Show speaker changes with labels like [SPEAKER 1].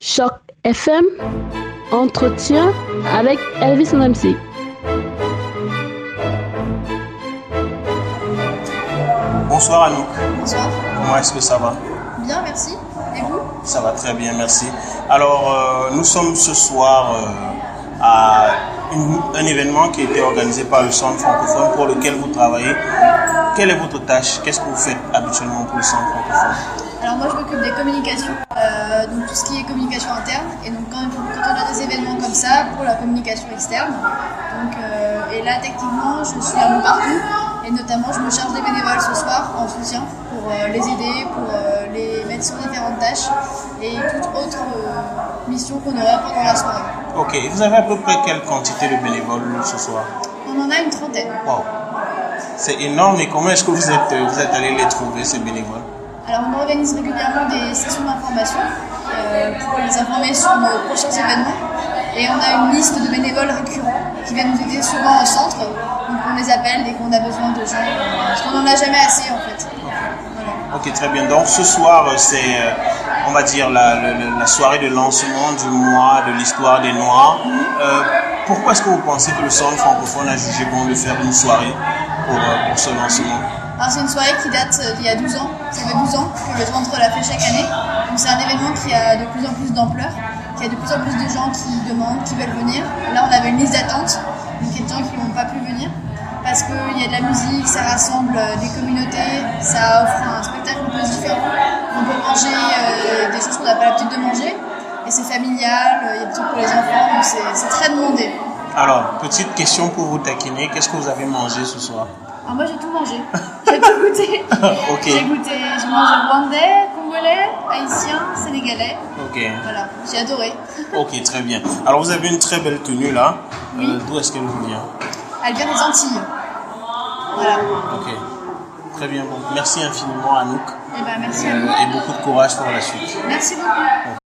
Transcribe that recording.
[SPEAKER 1] Choc FM, entretien avec Elvis MC.
[SPEAKER 2] Bonsoir Anouk,
[SPEAKER 3] Bonsoir.
[SPEAKER 2] comment est-ce que ça va
[SPEAKER 3] Bien, merci. Et vous
[SPEAKER 2] Ça va très bien, merci. Alors, euh, nous sommes ce soir euh, à une- un événement qui a été organisé par le Centre francophone pour lequel vous travaillez. Quelle est votre tâche Qu'est-ce que vous faites habituellement pour le Centre francophone
[SPEAKER 3] Alors moi je m'occupe des communications, euh, donc tout ce qui est communication interne. Et donc quand, quand on a des événements comme ça, pour la communication externe. Donc, euh, et là techniquement je suis à mon partout. Et notamment je me charge des bénévoles ce soir en soutien pour euh, les aider, pour euh, les mettre sur différentes tâches et toute autre euh, mission qu'on aura pendant la soirée.
[SPEAKER 2] Ok, vous avez à peu près quelle quantité de bénévoles ce soir
[SPEAKER 3] On en a une trentaine.
[SPEAKER 2] Wow, c'est énorme. Et comment est-ce que vous êtes, euh, vous êtes allé les trouver, ces bénévoles
[SPEAKER 3] Alors on organise régulièrement des sessions d'information euh, pour les informer sur nos prochains événements. Et on a une liste de bénévoles récurrents qui viennent nous aider souvent au centre. Donc on les appelle dès qu'on a besoin de gens. euh, Parce qu'on n'en a jamais assez en fait. Voilà.
[SPEAKER 2] Ok, très bien. Donc ce soir, euh, c'est, euh, on va dire, la, le- le- la soirée de lancement du mois de l'histoire des Noirs. Euh, pourquoi est-ce que vous pensez que le centre francophone a jugé bon de faire une soirée pour, euh, pour ce lancement
[SPEAKER 3] Alors c'est une soirée qui date euh, d'il y a 12 ans. Ça fait 12 ans que le centre la fait chaque année. Donc c'est un événement qui a de plus en plus d'ampleur, qui a de plus en plus de gens qui demandent, qui veulent venir. Là on avait une liste d'attente, donc il y a des gens qui n'ont pas pu venir. Parce qu'il y a de la musique, ça rassemble euh, des communautés, ça offre un spectacle un peu différent. On peut manger euh, des choses qu'on n'a pas l'habitude de manger. Et c'est familial, euh, il y a des trucs pour les enfants, donc c'est c'est très demandé.
[SPEAKER 2] Alors, petite question pour vous taquiner. Qu'est-ce que vous avez mangé ce soir
[SPEAKER 3] Alors Ah, moi j'ai tout mangé, j'ai tout goûté.
[SPEAKER 2] Ok.
[SPEAKER 3] J'ai goûté, j'ai mangé rwandais, congolais, haïtien, sénégalais.
[SPEAKER 2] Ok,
[SPEAKER 3] Voilà, j'ai adoré.
[SPEAKER 2] ok, très bien. Alors vous avez une très belle tenue là. Euh,
[SPEAKER 3] Oui.
[SPEAKER 2] D'où est-ce qu'elle vous vient
[SPEAKER 3] Elle vient des Antilles. Voilà.
[SPEAKER 2] Ok, très bien. Donc merci infiniment Anouk
[SPEAKER 3] Et ben merci à
[SPEAKER 2] Euh,
[SPEAKER 3] vous.
[SPEAKER 2] et beaucoup de courage pour la suite.
[SPEAKER 3] Merci beaucoup.